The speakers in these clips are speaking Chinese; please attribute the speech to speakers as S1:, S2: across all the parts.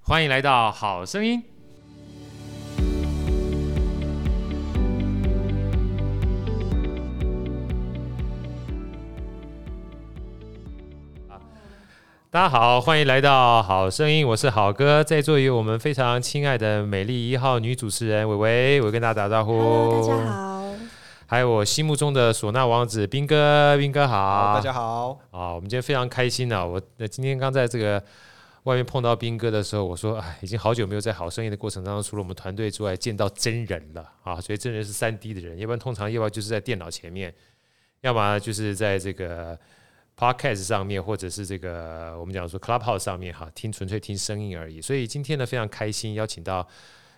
S1: 欢迎来到《好声音》。啊大家好，欢迎来到《好声音》，我是好哥，在座有我们非常亲爱的美丽一号女主持人伟伟，我跟大家打招呼。
S2: Hello，大家。好。
S1: 还有我心目中的唢呐王子斌哥，斌哥好，
S3: 大家好，
S1: 啊，我们今天非常开心啊！我呃今天刚在这个外面碰到斌哥的时候，我说，哎，已经好久没有在好生意的过程当中，除了我们团队之外，见到真人了啊！ 所以真人是三 D 的人，要不然通常要不然就是在电脑前面，要么就是在这个 Podcast 上面，或者是这个我们讲说 Clubhouse 上面哈、听纯粹听声音而已。所以今天呢，非常开心邀请到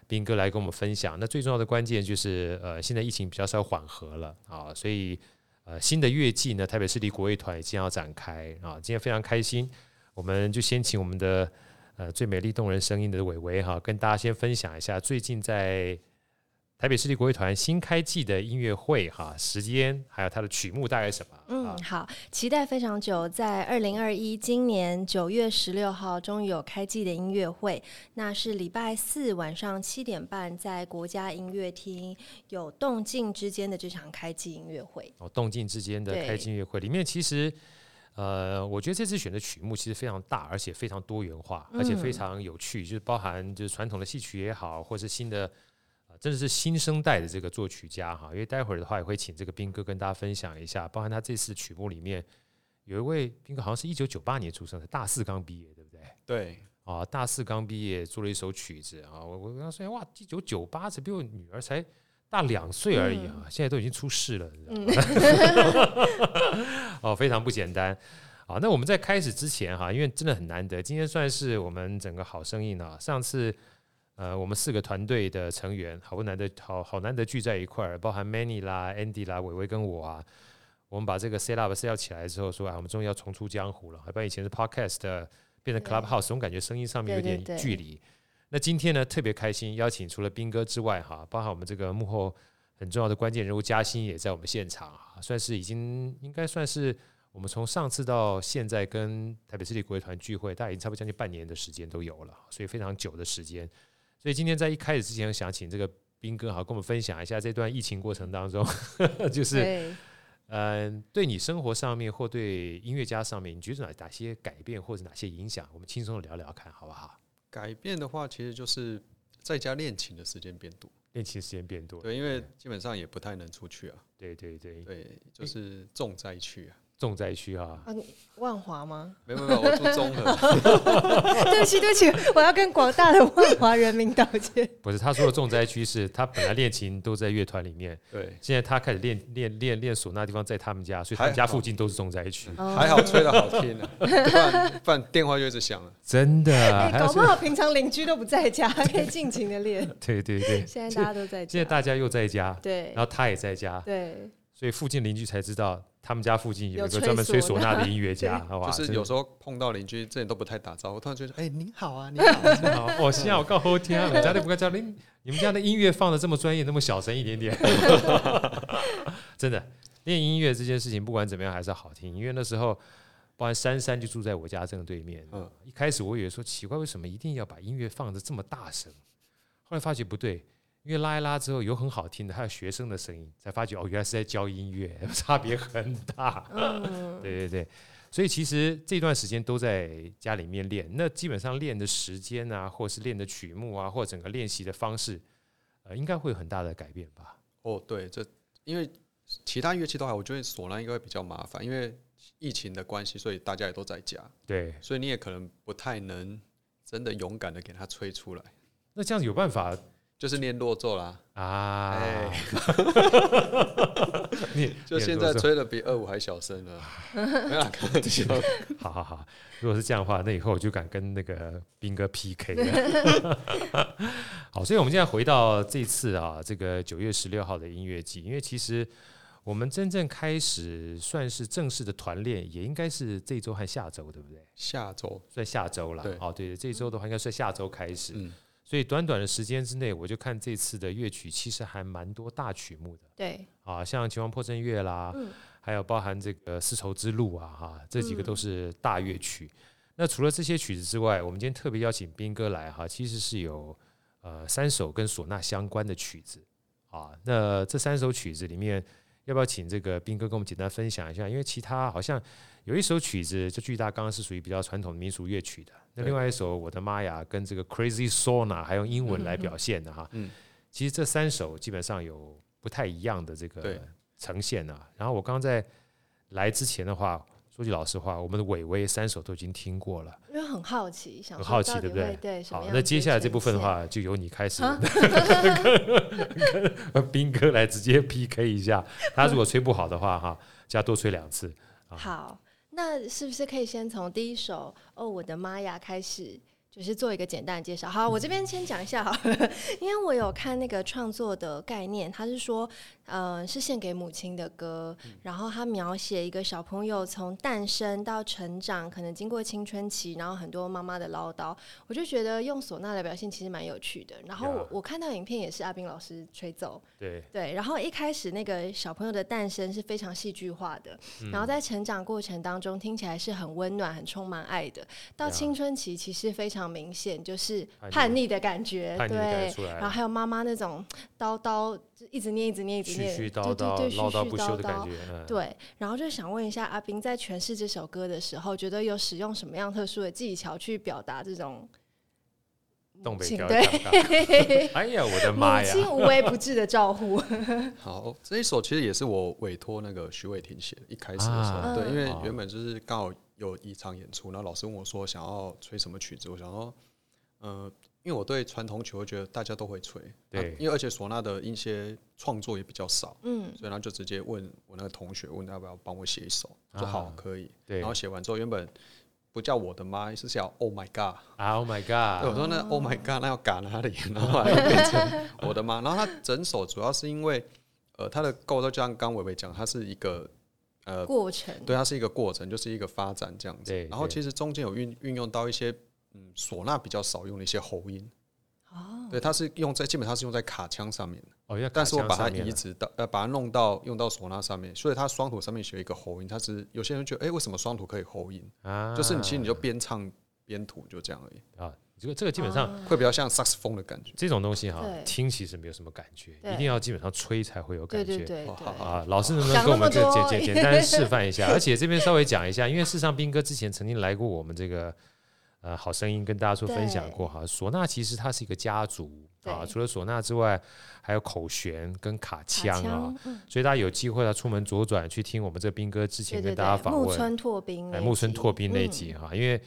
S1: 斌哥来跟我们分享。那最重要的关键就是，呃，现在疫情比较稍微缓和了啊，所以呃新的乐季呢，台北市立国乐团也即将要展开啊。今天非常开心，我们就先请我们的呃最美丽动人声音的伟伟哈，跟大家先分享一下最近在台北市立国乐团新开季的音乐会哈，时间还有它的曲目大概是什么？啊
S2: 嗯，好，期待非常久，在二零二一今年九月十六号，终于有开季的音乐会，那是礼拜四晚上七点半，在国家音乐厅有动静之间的这场开季音乐会。
S1: 哦，动静之间的
S2: 对
S1: 开机音乐会里面，其实呃，我觉得这次选的曲目其实非常大，而且非常多元化，而且非
S2: 嗯
S1: 常有趣，就是包含就是传统的戏曲也好，或是新的。呃真的是新生代的这个作曲家哈，因为待会儿的话也会请这个斌哥跟大家分享一下，包含他这次曲目里面有一位斌哥好像是一九九八年出生的，大四刚毕业，对不对？
S3: 对，
S1: 啊，大四刚毕业做了一首曲子啊，我我跟他说，哇，一九九八，只比我女儿才大两岁而已
S2: 嗯
S1: 啊，现在都已经出世了，你知道吗？ 哦，非常不简单。啊，那我们在开始之前哈、因为真的很难得，今天算是我们整个好声音啊。上次呃，我们四个团队的成员好不难得，好好难得聚在一块儿，包含 Many 啦、Andy 啦、伟伟跟我啊，我们把这个 set up set up 起来之后说啊，我们终于要重出江湖了，要不然以前是 podcast 的变成
S2: 对
S1: clubhouse，总感觉声音上面有
S2: 对对
S1: 点
S2: 对
S1: 距离。那今天呢，特别开心，邀请除了斌哥之外哈，包含我们这个幕后很重要的关键人物嘉欣也在我们现场啊，算是已经应该算是我们从上次到现在跟台北市立国乐团聚会，大概已经差不多将近半年的时间都有了，所以非常久的时间。所以今天在一开始之前，想请这个斌哥好跟我们分享一下这段疫情过程当中， 就是
S2: 对，
S1: 嗯，对你生活上面或对音乐家上面，你觉得哪哪些改变或者哪些影响？我们轻松的聊聊看，好不好？
S3: 改变的话，其实就是在家练琴的时间变多，
S1: 练琴时间变多，
S3: 对，因为基本上也不太能出去啊，
S1: 对对对，
S3: 对，就是重灾区啊，
S1: 重灾区啊，
S2: 哦，你万华 吗？
S3: 没有没有，我住综合，
S2: 对不起，对不起，我要跟广大的万华人民道歉。
S1: 不是他说的重灾区是他本来练琴都在乐团里面，
S3: 对，
S1: 现在他开始练练练练唢呐的地方在他们家，所以他
S3: 还
S1: 们家
S3: 好
S1: 附近都是重灾区，
S2: 哦
S3: 还好吹的好听啊，不然不然电话就一直响了，
S1: 真的。
S2: 哎、
S3: 啊
S1: 还有
S2: 搞
S1: 是
S2: 不好平常邻居都不 在家，可以尽情的练。
S1: 对对 对，
S2: 现在大家都在
S1: 现在
S2: 家，
S1: 大家又在家，
S2: 对
S1: 然后他也在家，
S2: 对，
S1: 所以附近邻居才知道他们家附近有
S2: 有
S1: 一个
S2: 吹
S1: 专门吹唢
S2: 唢
S1: 呐的音乐家，
S2: 对
S1: 好吧？
S3: 就是
S1: 真
S3: 有
S1: 的
S3: 时候碰到邻居，之前都不太打招呼，突然觉得，哎，您好啊，你好 啊，
S1: 好， 我现在我告后天啊，人家都不该叫你，你们家的音乐放的这么专业，那么小声一点点， 真的练音乐这件事情，不管怎么样还是好听。因为那时候，包含珊珊就住在我家正对面，
S3: 嗯
S1: 一开始我以为说奇怪，为什么一定要把音乐放的这么大声？后来发觉不对。因为拉一拉之后有很好听的，还有学生的声音，才发觉哦，原来是在教音乐， 差别很大。
S2: 嗯，
S1: 对对对，所以其实这段时间都在家里面练，那基本上练的时间啊，或是练的曲目啊，或整个练习的方式，呃，应该会有很大的改变吧？
S3: 哦，对，这因为其他乐器都还好，我觉得唢呐应该会比较麻烦，因为疫情的关系，所以大家也都在家，
S1: 对，
S3: 所以你也可能不太能真的勇敢的给它吹出来。
S1: 那这样子有办法
S3: 就是念落奏啦，
S1: 啊？
S3: 哎
S1: 你
S3: 就
S1: 你
S3: 现
S1: 如果
S3: 在
S1: 说
S3: 吹的比二五还小声了， 没有啦开玩笑。
S1: 好好好，如果是这样的话，那以后我就敢跟那个斌哥 PK 了。 好，所以我们现在回到这次啊，这个九月十六号的音乐季，因为其实我们真正开始算是正式的团练，也应该是这周和下周，对不对？
S3: 下周，
S1: 算下周了
S3: 对。
S1: 哦，对，这周的话应该算下周开始。
S3: 嗯，
S1: 所以短短的时间之内，我就看这次的乐曲其实还蛮多大曲目的。
S2: 对，
S1: 啊，像《秦王破阵乐》啦，还有包含这个《丝绸之路》啊，哈、这几个都是大乐曲。那除了这些曲子之外，我们今天特别邀请斌哥来哈，其实是有呃三首跟唢呐相关的曲子啊。那这三首曲子里面，要不要请这个斌哥跟我们简单分享一下？因为其他好像有一首曲子，就巨大刚刚是属于比较传统的民俗乐曲的，那
S3: 对
S1: 另外一首《我的妈呀》跟这个 Crazy Sauna 还用英文来表现的哈。
S3: 嗯，
S1: 其实这三首基本上有不太一样的这
S3: 对
S1: 个呈现啊。然后我刚刚在来之前的话，说句老实话，我们的伟伟三首都已经听过了。
S2: 因为很好奇，想
S1: 很
S2: 说
S1: 好奇
S2: 到底
S1: 对不对
S2: 会对什么
S1: 好，
S2: 样
S1: 那
S2: 子
S1: 接下来这
S2: 呈
S1: 部分的
S2: 现
S1: 话，就由你开始，
S2: 啊
S1: 跟斌哥来直接 PK 一下。他如果吹不好的话，哈，加多吹两次。啊
S2: 好，那是不是可以先从第一首《哦我的妈呀》开始，就是做一个简单的介绍？好，我这边先讲一下好了， 因为我有看那个创作的概念，他是说，呃，是献给母亲的歌，
S1: 嗯
S2: 然后他描写一个小朋友从诞生到成长，可能经过青春期，然后很多妈妈的唠叨，我就觉得用唢呐来表现其实蛮有趣的。然后我
S1: Yeah
S2: 我看到影片也是阿斌老师吹奏，
S1: 对，
S2: 对，然后一开始那个小朋友的诞生是非常戏剧化的，
S1: 嗯
S2: 然后在成长过程当中听起来是很温暖、很充满爱的。到
S1: 呀
S2: 青春期其实非常明显，就是
S1: 叛逆
S2: 叛逆的感觉，
S1: 叛逆的感觉
S2: 对。
S1: 出来
S2: 然后
S1: 了，
S2: 还有妈妈那种叨叨，就一直念、一直念、一直
S1: 絮
S2: 念，
S1: 絮叨
S2: 对对
S1: 叨、
S2: 对，
S1: 唠
S2: 絮
S1: 叨
S2: 絮
S1: 不休的感觉。嗯，
S2: 对，然后就想问一下阿斌，在诠释这首歌的时候，觉得有使用什么样特殊的技巧去表达这种
S1: 东北
S2: 请
S1: 调
S2: 对
S1: 调调哎呀，我的
S2: 母
S1: 妈呀！
S2: 亲无微不至的照顾？
S3: 嗯好，这一首其实也是我委托那个徐伟霆写的，一开始的时候，
S1: 啊
S3: 对，因为
S1: 哦
S3: 原本就是刚好有一场演出，然后老师问我说想要吹什么曲子，我想说，呃，因为我对传统曲，我觉得大家都会吹，
S1: 对
S3: 啊因为而且唢呐的一些创作也比较少，
S2: 嗯，
S3: 所以然后就直接问我那个同学，问他要不要帮我写一首，说
S1: 啊
S3: 好可以，
S1: 对
S3: 然后写完之后，原本不叫我的妈，是叫 Oh my God。
S1: 啊，Oh my
S3: 对，我
S1: God！
S3: 说那 Oh my God，那要嘎哪里？ 然后后来就变成我的妈。然后它整首主要是因为，呃，它的构造就像刚伟伟讲，它是一个呃，
S2: 过程
S3: 对，它是一个过程，就是一个发展这样子
S1: 对。
S3: 然后
S1: 对
S3: 其实中间有运运用到一些嗯唢呐比较少用的一些喉音，
S2: 哦，
S3: 对，它是用在基本上是用在卡腔上面的，
S1: 哦，要
S3: 但是我
S1: 卡
S3: 把
S1: 枪
S3: 它
S1: 上面
S3: 移
S1: 了
S3: 植到呃把它弄到用到唢呐上面，所以它双吐上面学一个喉音，它是有些人觉得哎、为什么双吐可以喉音？
S1: 啊，
S3: 就是你其实你就边唱边吐就这样而已，
S1: 啊，这个这个基本上
S2: 啊
S3: 会比较像萨克斯风的感觉。
S1: 这种东西哈
S2: 对，
S1: 听其实没有什么感觉，
S2: 对
S1: 一定要基本上吹才会有感
S2: 对
S1: 觉。
S2: 对对
S3: 哦
S2: 对
S3: 好。好
S1: 啊，老师能不能
S2: 想
S1: 跟我们
S2: 那么
S1: 这简
S2: 多
S1: 简简 单示范一下？而且这边稍微讲一下，因为事实上斌哥之前曾经来过我们这个呃好声音跟大家说分享过哈，唢呐其实它是一个家族啊，
S2: 对
S1: 除了唢呐之外，还有口弦跟卡
S2: 卡嗯
S1: 腔啊，，所以大家有机会要出门左转去听我们这斌哥之前
S2: 对
S1: 跟
S2: 对
S1: 大家
S2: 对，
S1: 访问
S2: 木村拓兵那
S1: 哎，
S2: 一集，
S1: 木村拓兵那一集啊
S2: 嗯
S1: 哈、因为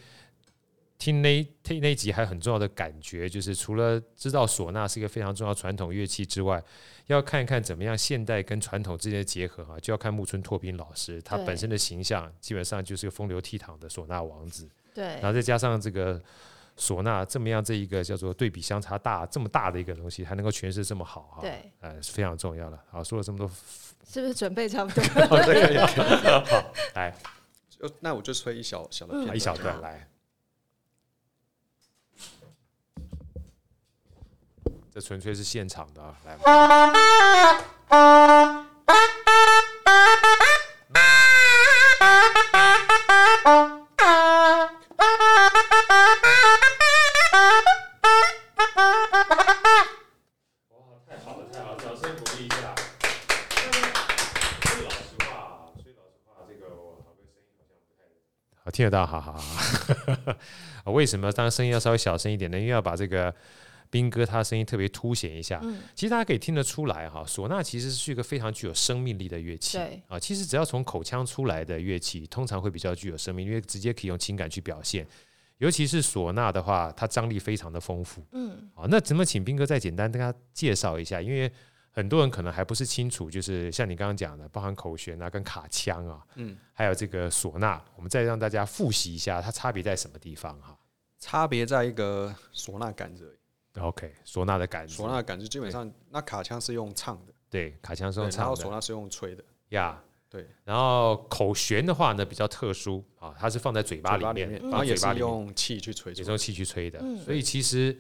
S1: 听那听那一集还有很重要的感觉，就是除了知道唢呐是一个非常重要的传统乐器之外，要看一看怎么样现代跟传统之间的结合哈、就要看木村拓兵老师他
S2: 对
S1: 本身的形象，基本上就是个风流倜傥的唢呐王子，
S2: 对
S1: 然后再加上这个。唢呐这么样这一个叫做对比相差大这么大的一个东西，还能够诠释这么好哈、
S2: 对，
S1: 呃是非常重要了。好，说了这么多，
S2: 是不是准备差不多？
S1: 好，这个好，来
S3: 就那我就吹一小小的
S2: 嗯
S3: 片段，
S1: 一小段来，这纯粹是现场的啊，来吧。好听得到，好好好。啊 为什么当然声音要稍微小声一点呢？因为要把这个斌哥他的声音特别凸显一下。其实大家可以听得出来哈，唢呐其实是一个非常具有生命力的乐器
S2: 对
S1: 啊。其实只要从口腔出来的乐器，通常会比较具有生命，因为直接可以用情感去表现。尤其是唢呐的话，它张力非常的丰富。
S2: 嗯，
S1: 好，那怎么请斌哥再简单跟他介绍一下？因为很多人可能还不是清楚，就是像你刚刚讲的，包含口弦啊、跟卡腔啊，嗯，还有这个唢呐，我们再让大家复习一下它差别在什么地方哈、
S3: 差别在一个唢呐杆
S1: 嗯
S3: 子而已，
S1: OK，唢呐的感觉，
S3: 唢呐杆子基本上那卡腔是用唱的，
S1: 对卡腔是
S3: 对
S1: 用
S3: 然
S1: 唱
S3: 后唢
S1: 的
S3: 呐是用吹的，
S1: 呀。
S3: 对，
S1: 然后口弦的话呢比较特殊啊，它是放在嘴巴
S3: 嘴
S1: 里
S3: 巴
S1: 面，
S3: 面，
S1: 放
S3: 然后
S1: 在
S3: 也
S1: 嘴巴
S3: 是
S1: 里面
S3: 用气去吹
S1: 也
S3: 出
S1: 是
S3: 来。
S1: 用气去吹的，
S2: 嗯
S1: 所以其实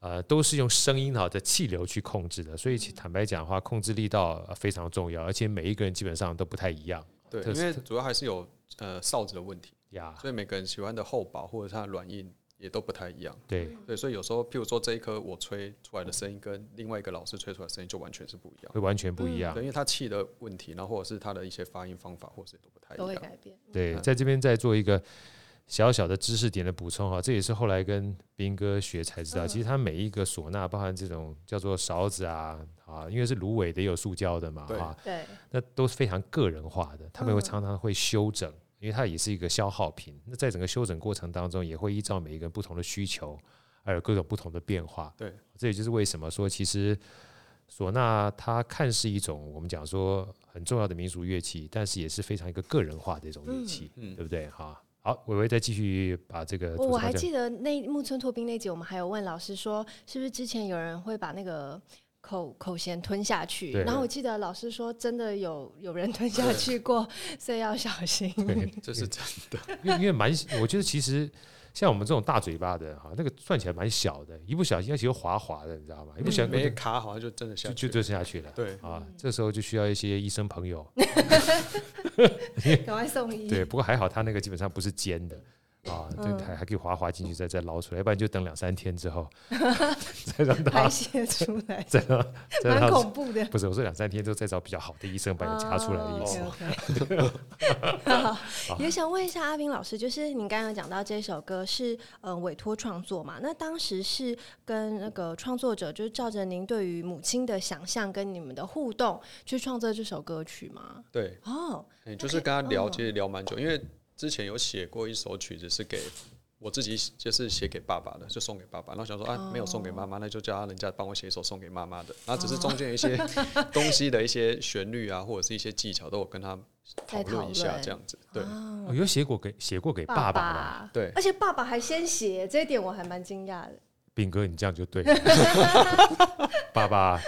S1: 呃都是用声音哈的气流去控制的，所
S3: 嗯
S1: 以其坦白讲的话，控制力道呃非常重要，而且每一个人基本上都不太一样。
S3: 对，
S1: 特
S3: 因为主要还是有呃哨子的问题，
S1: 呀，
S3: 所以每个人喜欢的厚薄或者它的软硬也都不太一样。
S1: 对，
S3: 对，所以嗯有时候，譬如说这一颗我吹出来的声音跟另外一个老师吹出来的声音就完全是不一样，
S1: 会完全不一样
S3: 对，。因为他气的问题，然后或者是他的一些发音方法，或者是都不太
S1: 哎
S2: 都
S3: 一
S2: 会
S3: 样。
S2: 改变。
S1: 对，
S3: 嗯
S1: 在这边再做一个小小的知识点的补充哈，这也是后来跟斌哥学才知道，
S3: 嗯
S1: 其实他每一个唢呐，包含这种叫做勺子啊啊，因为是芦苇的，也有塑胶的嘛
S3: 对
S1: 哈，
S2: 对，
S1: 那都是非常个人化的，他们会
S2: 嗯
S1: 常常会修整。因为它也是一个消耗品，那在整个修整过程当中，也会依照每一个人不同的需求，还有各种不同的变化。
S3: 对，
S1: 这也就是为什么说，其实唢呐它看似一种我们讲说很重要的民族乐器，但是也是非常一个个人化的一种乐器，
S3: 嗯嗯
S1: 对不对？哈，好，伟伟再继续把这个
S2: 我
S1: 主持
S2: 哦我
S1: 方
S2: 还
S1: 向
S2: 记得那木村拓兵那集，我们还有问老师说，是不是之前有人会把那个口口弦吞下去？
S1: 对
S2: 然后我记得老师说，真的有有人吞下去过，所以要小 心。
S1: 对，
S3: 这是真的，
S1: 因为因为蛮，我觉得其实像我们这种大嘴巴的哈，那个算起来蛮小的，一不小心而且又滑滑的，你知道吗？一不小心
S2: 嗯
S3: 没卡好像就真的
S1: 就
S3: 下
S1: 就
S3: 去
S1: 就
S3: 了。
S1: 下去了。
S3: 对，
S1: 啊，这时候就需要一些医生朋 友。
S2: 赶快送医。
S1: 对，不过还好他那个基本上不是尖的啊，对，
S2: 嗯
S1: 还还可以滑滑进去再再捞出来，要不然就等两三天之 后再让
S2: 排
S1: 他，
S2: 泄出来
S1: 再让再
S2: 蛮
S1: 让他
S2: 恐怖的。
S1: 不是我说两三天之后再找比较好的医生把你夹出来的意思。
S2: 哦，OK，OK 好 也想问一下阿斌老师，就是你刚刚有讲到这首歌是呃委托创作嘛？那当时是跟那个创作者，就是照着您对于母亲的想象跟你们的互动去创作这首歌曲吗？
S3: 对，
S2: 哦，
S3: 嗯，就是跟他聊，
S1: 啊
S2: 嗯
S3: 其实聊蛮久，因为之前有写过一首曲子是给我自己，就是写给爸爸的，就送给爸爸。然后想说啊，没有送给妈妈，
S1: 哦
S3: 那就叫他人家帮我写一首送给妈妈的。然后只是中间有一 些东西的一些旋律啊，或者是一些技巧，都有跟他
S2: 在
S3: 讨论一
S2: 讨
S3: 下
S2: 论
S3: 这样子。对
S1: 哦有写过给写过给爸爸吗？
S2: 啊爸，
S3: 对
S2: 而且爸爸还先写，这一点我还蛮惊讶的。
S1: 炳哥，你这样就 对了。 爸爸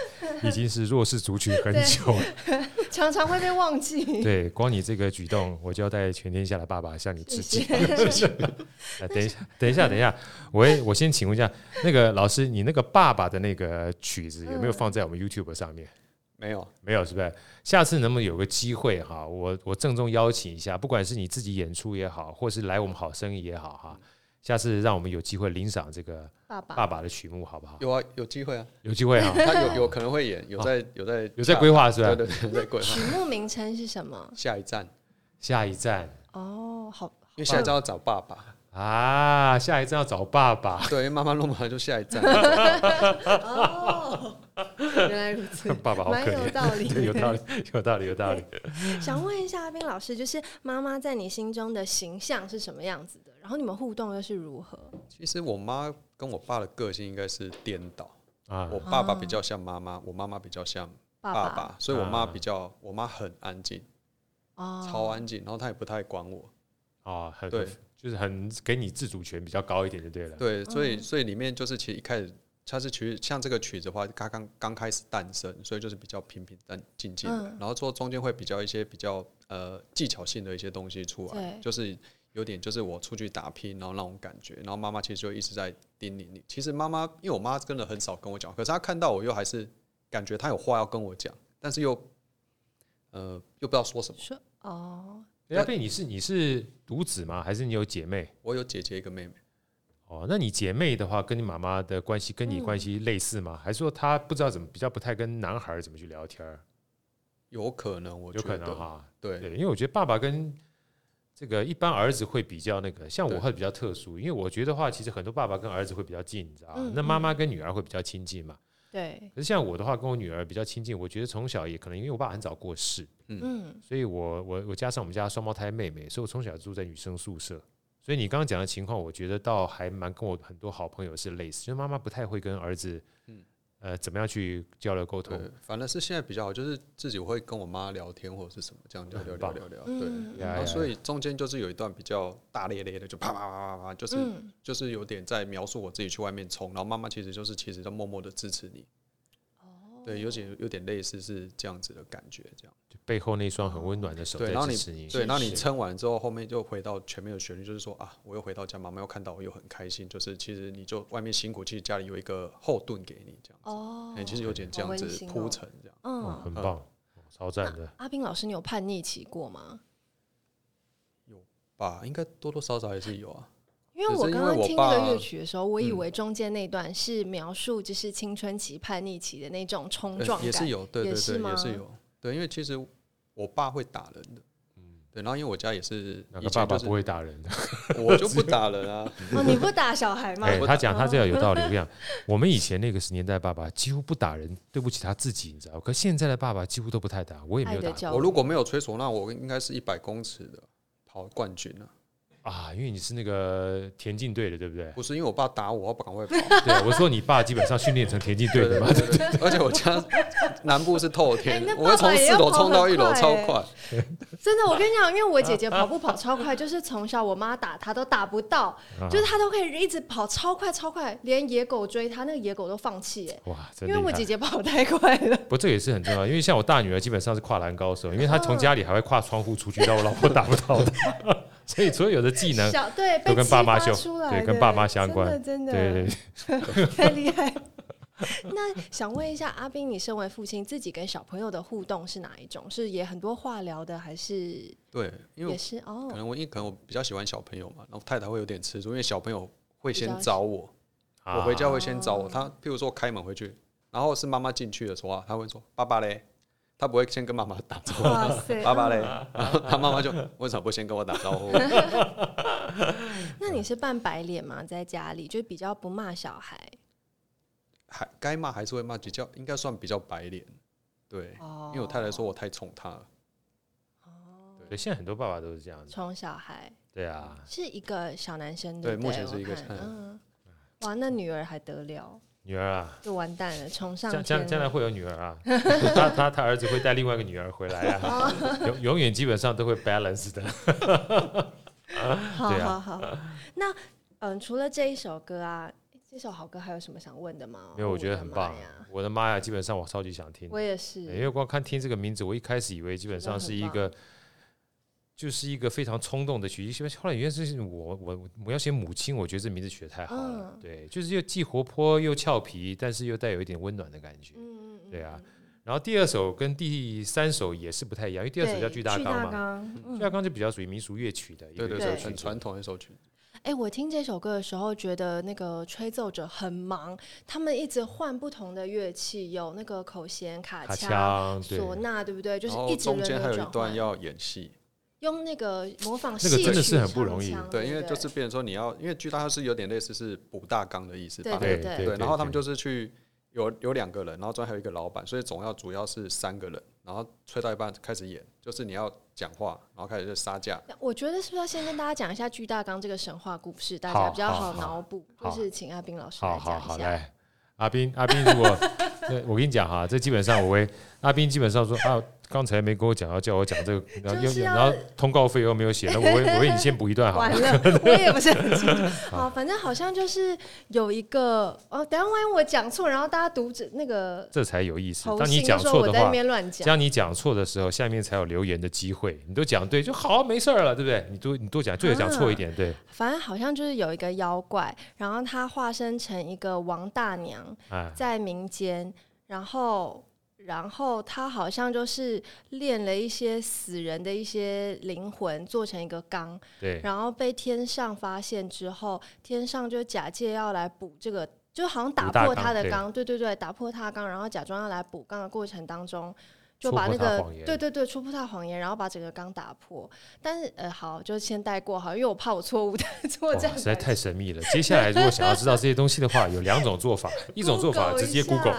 S1: 已经是弱势族群很久了，
S2: 常常会被忘 记。
S1: 对，光你这个举动，我就要带全天下的爸爸向你致敬。 啊，等一下，等一下，等一下，我也我先请问一下，那个老师，你那个爸爸的那个曲子有没有放在我们 YouTube 上面？
S3: 没有，
S1: 没有，是不是？下次能不能有个机会哈？我我郑重邀请一下，不管是你自己演出也好，或是来我们好声音也好哈，下次让我们有机会领赏这个
S2: 爸爸，
S1: 爸爸的曲目，好不好？
S3: 有啊，有机 会啊，
S1: 有机会 哈，
S3: 他有有可能会演，有在有在
S1: 哦有在规划是
S3: 对
S1: 吧？
S3: 对对，有在规划
S2: 曲目名称是什么？
S3: 下一站，
S1: 下一站
S2: 哦，好，
S3: 因为下一站要找爸爸，
S1: 啊，下一站要找爸爸，
S3: 对，因为妈妈弄完就下一 站。
S2: 哦，原来如此，
S1: 爸爸好
S2: 蛮
S1: 可
S2: 有
S1: 怜，
S2: 道理
S1: 对，有道理，有道理，有道理。
S2: 想问一下阿斌老师，就是妈妈在你心中的形象是什么样子的？然后你们互动又是如何？
S3: 其实我妈跟我爸的个性应该是颠倒。
S1: 啊
S3: 我爸爸比较像妈妈，我妈妈比较像
S2: 爸
S3: 爸
S2: 爸
S3: 所以我妈
S1: 啊
S3: 比较，我妈很安静，
S2: 哦，
S3: 超安静，然后她也不太管我，
S1: 啊，很
S3: 对
S1: 就是很给你自主权比较高一点就对了。
S3: 对，所
S2: 哦
S3: 以所以里面就是其实一开始，它是曲像这个曲子的话，它刚刚开始诞生，所以就是比较平平淡静静的，
S2: 嗯
S3: 然后做中间会比较一些比较呃技巧性的一些东西出来，
S2: 对
S3: 就是。有点就是我出去打拼，然后那种感觉，然后妈妈其实就一直在叮咛你。其实妈妈，因为我妈真的很少跟我讲，可是她看到我又还是感觉她有话要跟我讲，但是又呃又不知道说什么。
S2: 说哦，
S1: 哎阿贝，你是你是独子吗？还是你有姐妹？
S3: 我有姐姐一个妹妹，
S1: 哦，那你姐妹的话，跟你妈妈的关系跟你关系类似吗？还是说她不知道怎么比较不太跟男孩儿怎么去聊天儿？
S3: 有可能我
S1: 有
S3: 觉
S1: 可
S3: 得
S1: 能哈，
S3: 对
S1: 对，因为我觉得爸爸跟这个一般儿子会比较那个，像我
S3: 对
S1: 会比较特殊，因为我觉得话，其实很多爸爸跟儿子会比较近，你知道吗
S2: 嗯？
S1: 那妈妈跟女儿会比较亲近嘛。
S2: 对，
S1: 可是像我的话，跟我女儿比较亲近，我觉得从小也可能因为我爸很早过世，
S2: 嗯，
S1: 所以我我我加上我们家双胞胎妹妹，所以我从小住在女生宿舍。所以你刚刚讲的情况，我觉得倒还蛮跟我很多好朋友是类似，就是妈妈不太会跟儿子，
S3: 嗯
S1: 呃，怎么样去交流沟通
S3: 对，，反正是现在比较好，就是自己会跟我妈聊天或者是什么这样聊聊
S1: 很
S3: 聊
S1: 棒
S3: 聊聊，
S2: 嗯
S3: 对。
S1: 呀
S3: 然后
S1: 呀
S3: 所以中间就是有一段比较大咧咧的，就啪啪啪啪啪，就是、
S2: 嗯
S3: 就是有点在描述我自己去外面冲，然后妈妈其实就是其实在默默的支持你，
S2: 嗯
S3: 对，有点有点类似是这样子的感觉，这样
S1: 就背后那双很温暖的手
S3: 对，
S1: 在
S3: 然后
S1: 支持你。
S3: 对，然后你
S1: 是
S3: 撑完之后，后面就回到前面的旋律，就是说啊，我又回到家，妈妈又看到我又很开心，就是其实你就外面辛苦，其实家里有一个后盾给你这样子，
S2: 哦
S3: 哎、，其实有点这
S2: 好
S3: 样
S2: 温
S3: 子
S2: 馨哦
S3: 铺陈这样。
S1: 哇
S2: 嗯，
S1: 哦很棒，超赞的。
S2: 阿斌老师，你有叛逆期过吗？
S3: 吧，应该多多少少还是有啊。
S2: 因为我
S3: 只是因
S2: 刚
S3: 为
S2: 刚
S3: 我
S2: 听
S3: 爸嗯
S2: 那个乐曲的时候，我以为中间那段是描述就是青春期叛逆期的那种冲
S3: 呃
S2: 撞感，
S3: 也是有，对
S2: 也
S3: 对
S2: 是
S3: 对，
S2: 吗
S3: 也是有，对，因为其实我爸会打人的，对，然后因为我家也是
S1: 哪
S3: 嗯以
S1: 个爸
S3: 前
S1: 爸
S3: 就是
S1: 不会打人的？
S3: 我就不打 人啊，
S2: 哦，你不打小 孩吗？
S1: 哎、
S3: 不
S1: 他
S3: 打
S1: 讲他这样有道理。我 跟你讲，我们以前那个时年代爸爸几乎不打人，对不起他自己，你知道吗？可现在的爸爸几乎都不太打，我也没
S2: 爱
S1: 有打
S2: 的
S1: 过
S2: 教育，
S3: 我如果没有吹唢呐，我应该是一百公尺的跑冠军啊，
S1: 啊，因为你是那个田径队的，对不 对？
S3: 不是因为我爸打我，我赶快跑，
S1: 对，我说你爸基本上训练成田径队的
S3: 对对
S1: 嘛，
S3: 对对， 而且我家南部是透
S2: 哎
S3: 天
S2: 那，
S3: 我会
S2: 爸爸
S3: 从
S2: 也
S3: 四
S2: 要
S3: 楼
S2: 跑
S3: 冲到
S2: 很
S3: 一楼，
S2: 快
S3: 超
S2: 欸
S3: 快，
S2: 真的，我跟你讲，因为我姐姐跑步跑超快，就是从小我妈打她都打不到，
S1: 啊
S2: 就是她都可以一直跑超快超快，连野狗追她，那个野狗都放弃哎、
S1: 哇，真
S2: 因
S1: 厉
S2: 为
S1: 害！
S2: 我姐姐跑太快 了。
S1: 不，这个也是很重要，因为像我大女儿基本上是跨栏高手，因为她从家里还会跨窗户出去，让我老婆打不到她， 所以所有的技能，
S2: 小对
S1: 都
S2: 被
S1: 跟爸妈
S2: 激发
S1: 秀
S2: 出来
S1: 对
S2: 的
S1: 跟爸妈相关
S2: 真的
S1: 对对
S2: 真的
S1: 对，
S2: 太厉害。 那想问一下阿斌，你身为父亲，自己跟小朋友的互动是哪一种？是也很多话聊的，还是
S3: 对，因为
S2: 也是
S3: 可
S2: 哦？
S3: 能我因为可能我比较喜欢小朋友嘛，然后太太会有点吃醋，因为小朋友会
S2: 比
S3: 先
S2: 较
S3: 找我，我
S1: 啊
S3: 回家会先找我。他譬如说开门回去，然后是妈妈进去的时候啊，他会说爸爸嘞，他不会先跟妈妈打 招呼，
S2: 哇塞
S3: 爸爸嘞，然后他妈妈就为什么不先跟我打招呼？
S2: 那你是扮白脸吗？在家里就比较不骂小孩
S3: 还该骂还是会骂，比较应该算比较白脸，对，
S2: 哦
S3: 因为我太太说我太宠她了，
S1: 对，现在很多爸爸都是这样子，
S2: 宠小孩
S1: 对啊，
S2: 是一个小男生，
S3: 对
S2: 不
S3: 目前是一个
S2: 我看
S3: 嗯
S2: 嗯，哇，那女儿还得了？
S1: 女儿啊，
S2: 就完蛋了，宠上
S1: 将
S2: 天
S1: 将将来
S2: 了。
S1: 会有女儿啊， 他他他儿子会带另外一个女儿回来啊，
S2: 哦
S1: 永永远基本上都会 balance 的。
S2: 好
S1: 对
S2: 好
S1: 啊
S2: 好，那嗯，除了这一首歌啊，这首好歌还有什么想问的吗？
S1: 因为我觉得
S2: 的
S1: 很
S2: 妈
S1: 棒啊
S2: 呀，
S1: 我的妈呀，基本上我超级想听的，
S2: 我也是，
S1: 因为光看听这个名字，我一开始以为基本上是一
S2: 真的
S1: 个。就是一个非常冲动的曲，因为后来原来是我我我要写母亲，我觉得这名字取得太好了，
S2: 嗯
S1: 对，就是又既活泼又俏皮，但是又带有一点温暖的感觉，
S2: 嗯嗯，嗯
S1: 对啊。然后第二首跟第三首也是不太一样，因为第二首叫
S2: 对
S1: 《巨大啊纲》嘛，《
S2: 嗯
S1: 巨大纲》就比较属于民俗乐曲的一
S3: 对
S1: 个
S3: 对
S1: 一首
S3: 对，
S1: 曲
S3: 很
S1: 子，
S3: 传统的一首曲，
S2: 哎、我听这首歌的时候，觉得那个吹奏者很忙，他们一直换不同的乐器，有那个口弦、卡
S1: 卡腔，对，
S2: 唢呐，对不对？就
S3: 然
S2: 是
S3: 后
S2: 一直
S3: 中间还有
S2: 轮流
S3: 一
S2: 转
S3: 段
S2: 换，
S3: 要演戏，
S2: 用那个模仿戏
S1: 那
S2: 曲
S1: 个
S2: 唱腔，
S1: 真的是很不容易
S3: 对，因为
S2: 不
S3: 就是变成说你要，因为巨大它是有点类似是补大纲的意思，
S2: 对
S3: 把
S2: 对
S1: 对
S3: 对，然后他们就是去有有两个人，然后中间还有一个老板，所以总要主要是三个人，然后吹到一半开始演，就是你要讲话，然后开始就杀价。
S2: 我觉得是不是要先跟大家讲一下巨大纲这个神话故事，大
S1: 好
S2: 家比较
S1: 好
S2: 好
S1: 好
S2: 脑补？就
S1: 好
S2: 是请阿斌老师
S1: 好
S2: 来
S1: 好
S2: 讲
S1: 好，
S2: 一下。
S1: 来，阿斌，阿斌，如 果对我跟你讲哈，这基本上我会，阿斌基本上说啊，刚才没跟我讲，要叫我讲这个，然后
S2: 就
S1: 又
S2: 是要
S1: 然后通告费又没有写，那我会我会你先补一 段好
S2: 完
S1: 了。
S2: 了，我也不是很清楚。好，反正好像就是有一个哦，等一下万一我讲错，然后大家读者那个
S1: 这才有意思。
S2: 投
S1: 当你
S2: 信
S1: 讲
S2: 就说
S1: 错
S2: 我
S1: 的
S2: 在那
S1: 话，
S2: 边乱讲，
S1: 当你讲错的时候，下面才有留言的机会。你都讲对就好，没事儿了，对不对？你多你多讲，最好讲错一点，对
S2: 反正好像就是有一个妖怪，然后他化身成一个王大娘，
S1: 啊。
S2: 在民间，然后。然后他好像就是练了一些死人的一些灵魂，做成一个缸，
S1: 对，
S2: 然后被天上发现之后，天上就假借要来补这个，就好像打
S1: 补大
S2: 破
S1: 纲
S2: 他的
S1: 对
S2: 缸，对对对，打破他的缸，然后假装要来补缸的过程当中，就
S1: 戳
S2: 把
S1: 破
S2: 那
S1: 他
S2: 个
S1: 谎言
S2: 对对对，戳破他谎言，然后把整个缸打破。但是呃，好，就先带过好，因为我怕我错误的 错
S1: 哇，
S2: 这样
S1: 实在太神秘了。接下来如果想要知道这些东西的话，有两种做法，一种做法直接 Google，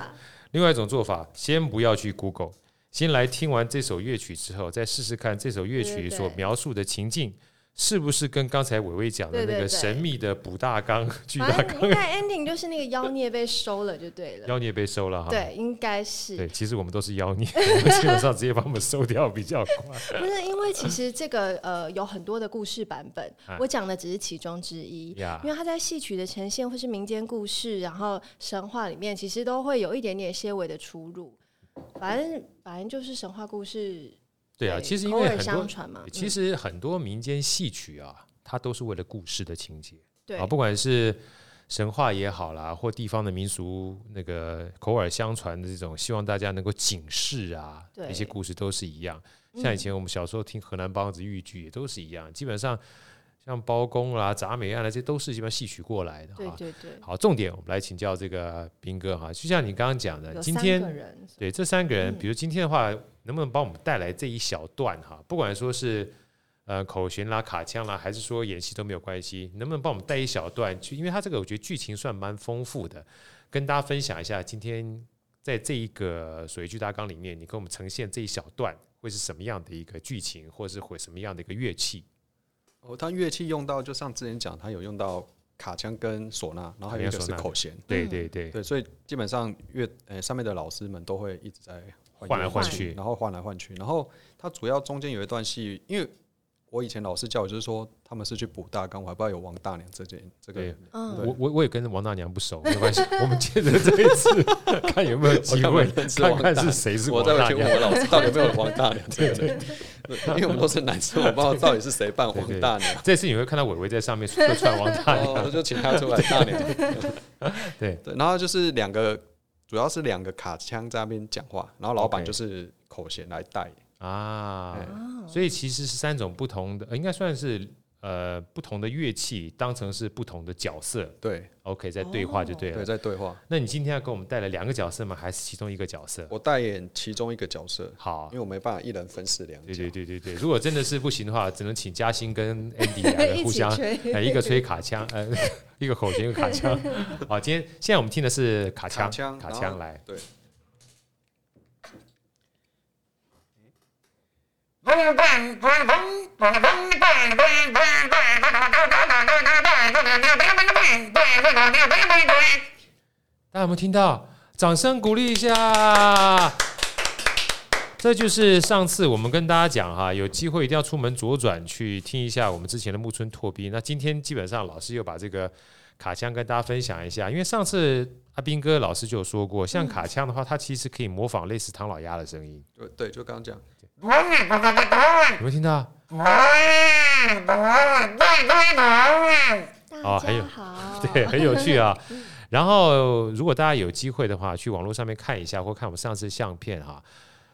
S1: 另外一种做法，先不要去 Google，先来听完这首乐曲之后，再试试看这首乐
S2: 对对
S1: 曲
S2: 对
S1: 所描述的情境是不是跟刚才伟伟讲的
S2: 对对
S1: 那个
S2: 对
S1: 神秘的补大纲、巨
S2: 反
S1: 大
S2: 正应
S1: 纲
S2: 该 ending 就是那个妖孽被收了就对 了，
S1: 妖孽被收了哈？
S2: 对，应该是
S1: 对，其实我们都是妖孽， 我们基本上直接把我们收掉比 较快。
S2: 不是因为其实这个呃有很多的故事版本，
S1: 啊
S2: 我讲的只是其中之一。
S1: 呀
S2: 因为它在戏曲的呈现或是民间故事，然后神话里面，其实都会有一点点些微的出入。反正反正就是神话故事，
S1: 对啊，其实因
S2: 口
S1: 为
S2: 耳
S1: 很
S2: 相
S1: 多，
S2: 传嘛，嗯
S1: 其
S2: 实、
S1: 实很多民间戏曲啊，它都是为了故事的情节。
S2: 对
S1: 啊，不管是神话也好啦，或地方的民俗那个口耳相传的这种，希望大家能够警示啊，
S2: 对嗯
S1: 一些故事都是一样。像以前我们小时候听河南梆子、豫剧也都是一样，基本上像包公啦、铡美案啦，这都是基本上戏曲过来的
S2: 对
S1: 哈。
S2: 对对，
S1: 好，重点我们来请教这个斌哥哈，就像你刚刚讲的，
S2: 有
S1: 今
S2: 三
S1: 天
S2: 个人，
S1: 对这三个人，
S2: 嗯
S1: 比如今天的话，能不能帮我们带来这一小段哈？不管说是呃口弦啦、卡腔啦，还是说演戏都没有关系，能不能帮我们带一小段去？因为它这个我觉得剧情算蛮丰富的，跟大家分享一下今天在这一个水剧大纲里面，你给我们呈现这一小段会是什么样的一个剧情，或是会什么样的一个乐器？
S3: 哦，他乐器用到，就像之前讲，他有用到卡腔跟唢呐，然后还有一
S1: 卡
S3: 个是
S1: 腔唢呐
S3: 口弦。
S1: 对
S2: 嗯
S1: 对对，
S3: 对，所以基本上乐呃上面的老师们都会一直在
S1: 换来
S3: 乐
S1: 换
S3: 器
S1: 去
S3: 然后换来换去，然后它主要中间有一段戏，因为我以前老师叫我就是说他们是去补大纲，我还不知道有王大娘这件这个
S1: 对
S3: 人。
S2: 嗯
S3: 对
S1: 我我我也跟王大娘不熟，没关系，我们接着这一次 看有没有机
S3: 看我
S1: 会，
S3: 认识
S1: 看
S3: 王
S1: 看
S3: 大
S1: 是
S3: 娘
S1: 谁是
S3: 我
S1: 王
S3: 再
S1: 大
S3: 回去
S1: 娘
S3: 问。我 老师到底有没有王大娘这个人，对因为我们都是男生，我不知道到底是谁扮
S1: 对对
S3: 王大娘，
S1: 这次你会看到伟伟在上面客串王大
S3: 然后
S1: 娘，
S3: 我就请他出来大娘。
S1: 对
S3: 对，然后就是两个，主要是两个卡腔在那边讲话，然后老板
S1: OK
S3: 就是口弦来带。
S1: 啊，
S3: 哎
S2: 哦
S1: 所以其实是三种不同的，呃应该算是呃不同的乐器当成是不同的角色
S3: 对
S1: ，OK，在对话就对了。
S3: 哦对，在对话，
S1: 那你今天要给我们带来两个角色吗？还是其中一个角色？
S3: 我代言其中一个角色，
S1: 呃好
S3: 因，为我没办法一人分饰两
S1: 对
S3: 角。
S1: 对对对对，如果真的是不行的话，只能请嘉欣跟 Andy 两个
S2: 一
S1: 互
S2: 起
S1: 相，
S2: 吹
S1: 呃，一个吹卡腔，呃， 一个口弦，一个卡 腔。好，今天现在我们听的是卡
S3: 卡
S1: 腔，
S3: 腔
S1: 卡
S3: 然
S1: 腔
S3: 后
S1: 来。
S3: 对，
S1: 大家有没有听到？掌声鼓励一下。这就是上次我们跟大家讲哈，有机会一定要出门左转去听一下我们之前的木村拓逼。那今天基本上老师又把这个卡腔跟大家分享一下，因为上次阿斌哥老师就有说过，像卡腔的话，它其实可以模仿类似唐老鸭的声音，
S3: 对对，就刚刚讲，
S1: 有没有听到？哦
S2: 大
S1: 还有
S2: 家好，
S1: 对，很有趣啊。 然后，如果大家有机会的话，去网络上面看一下，或看我们上次的相片哈、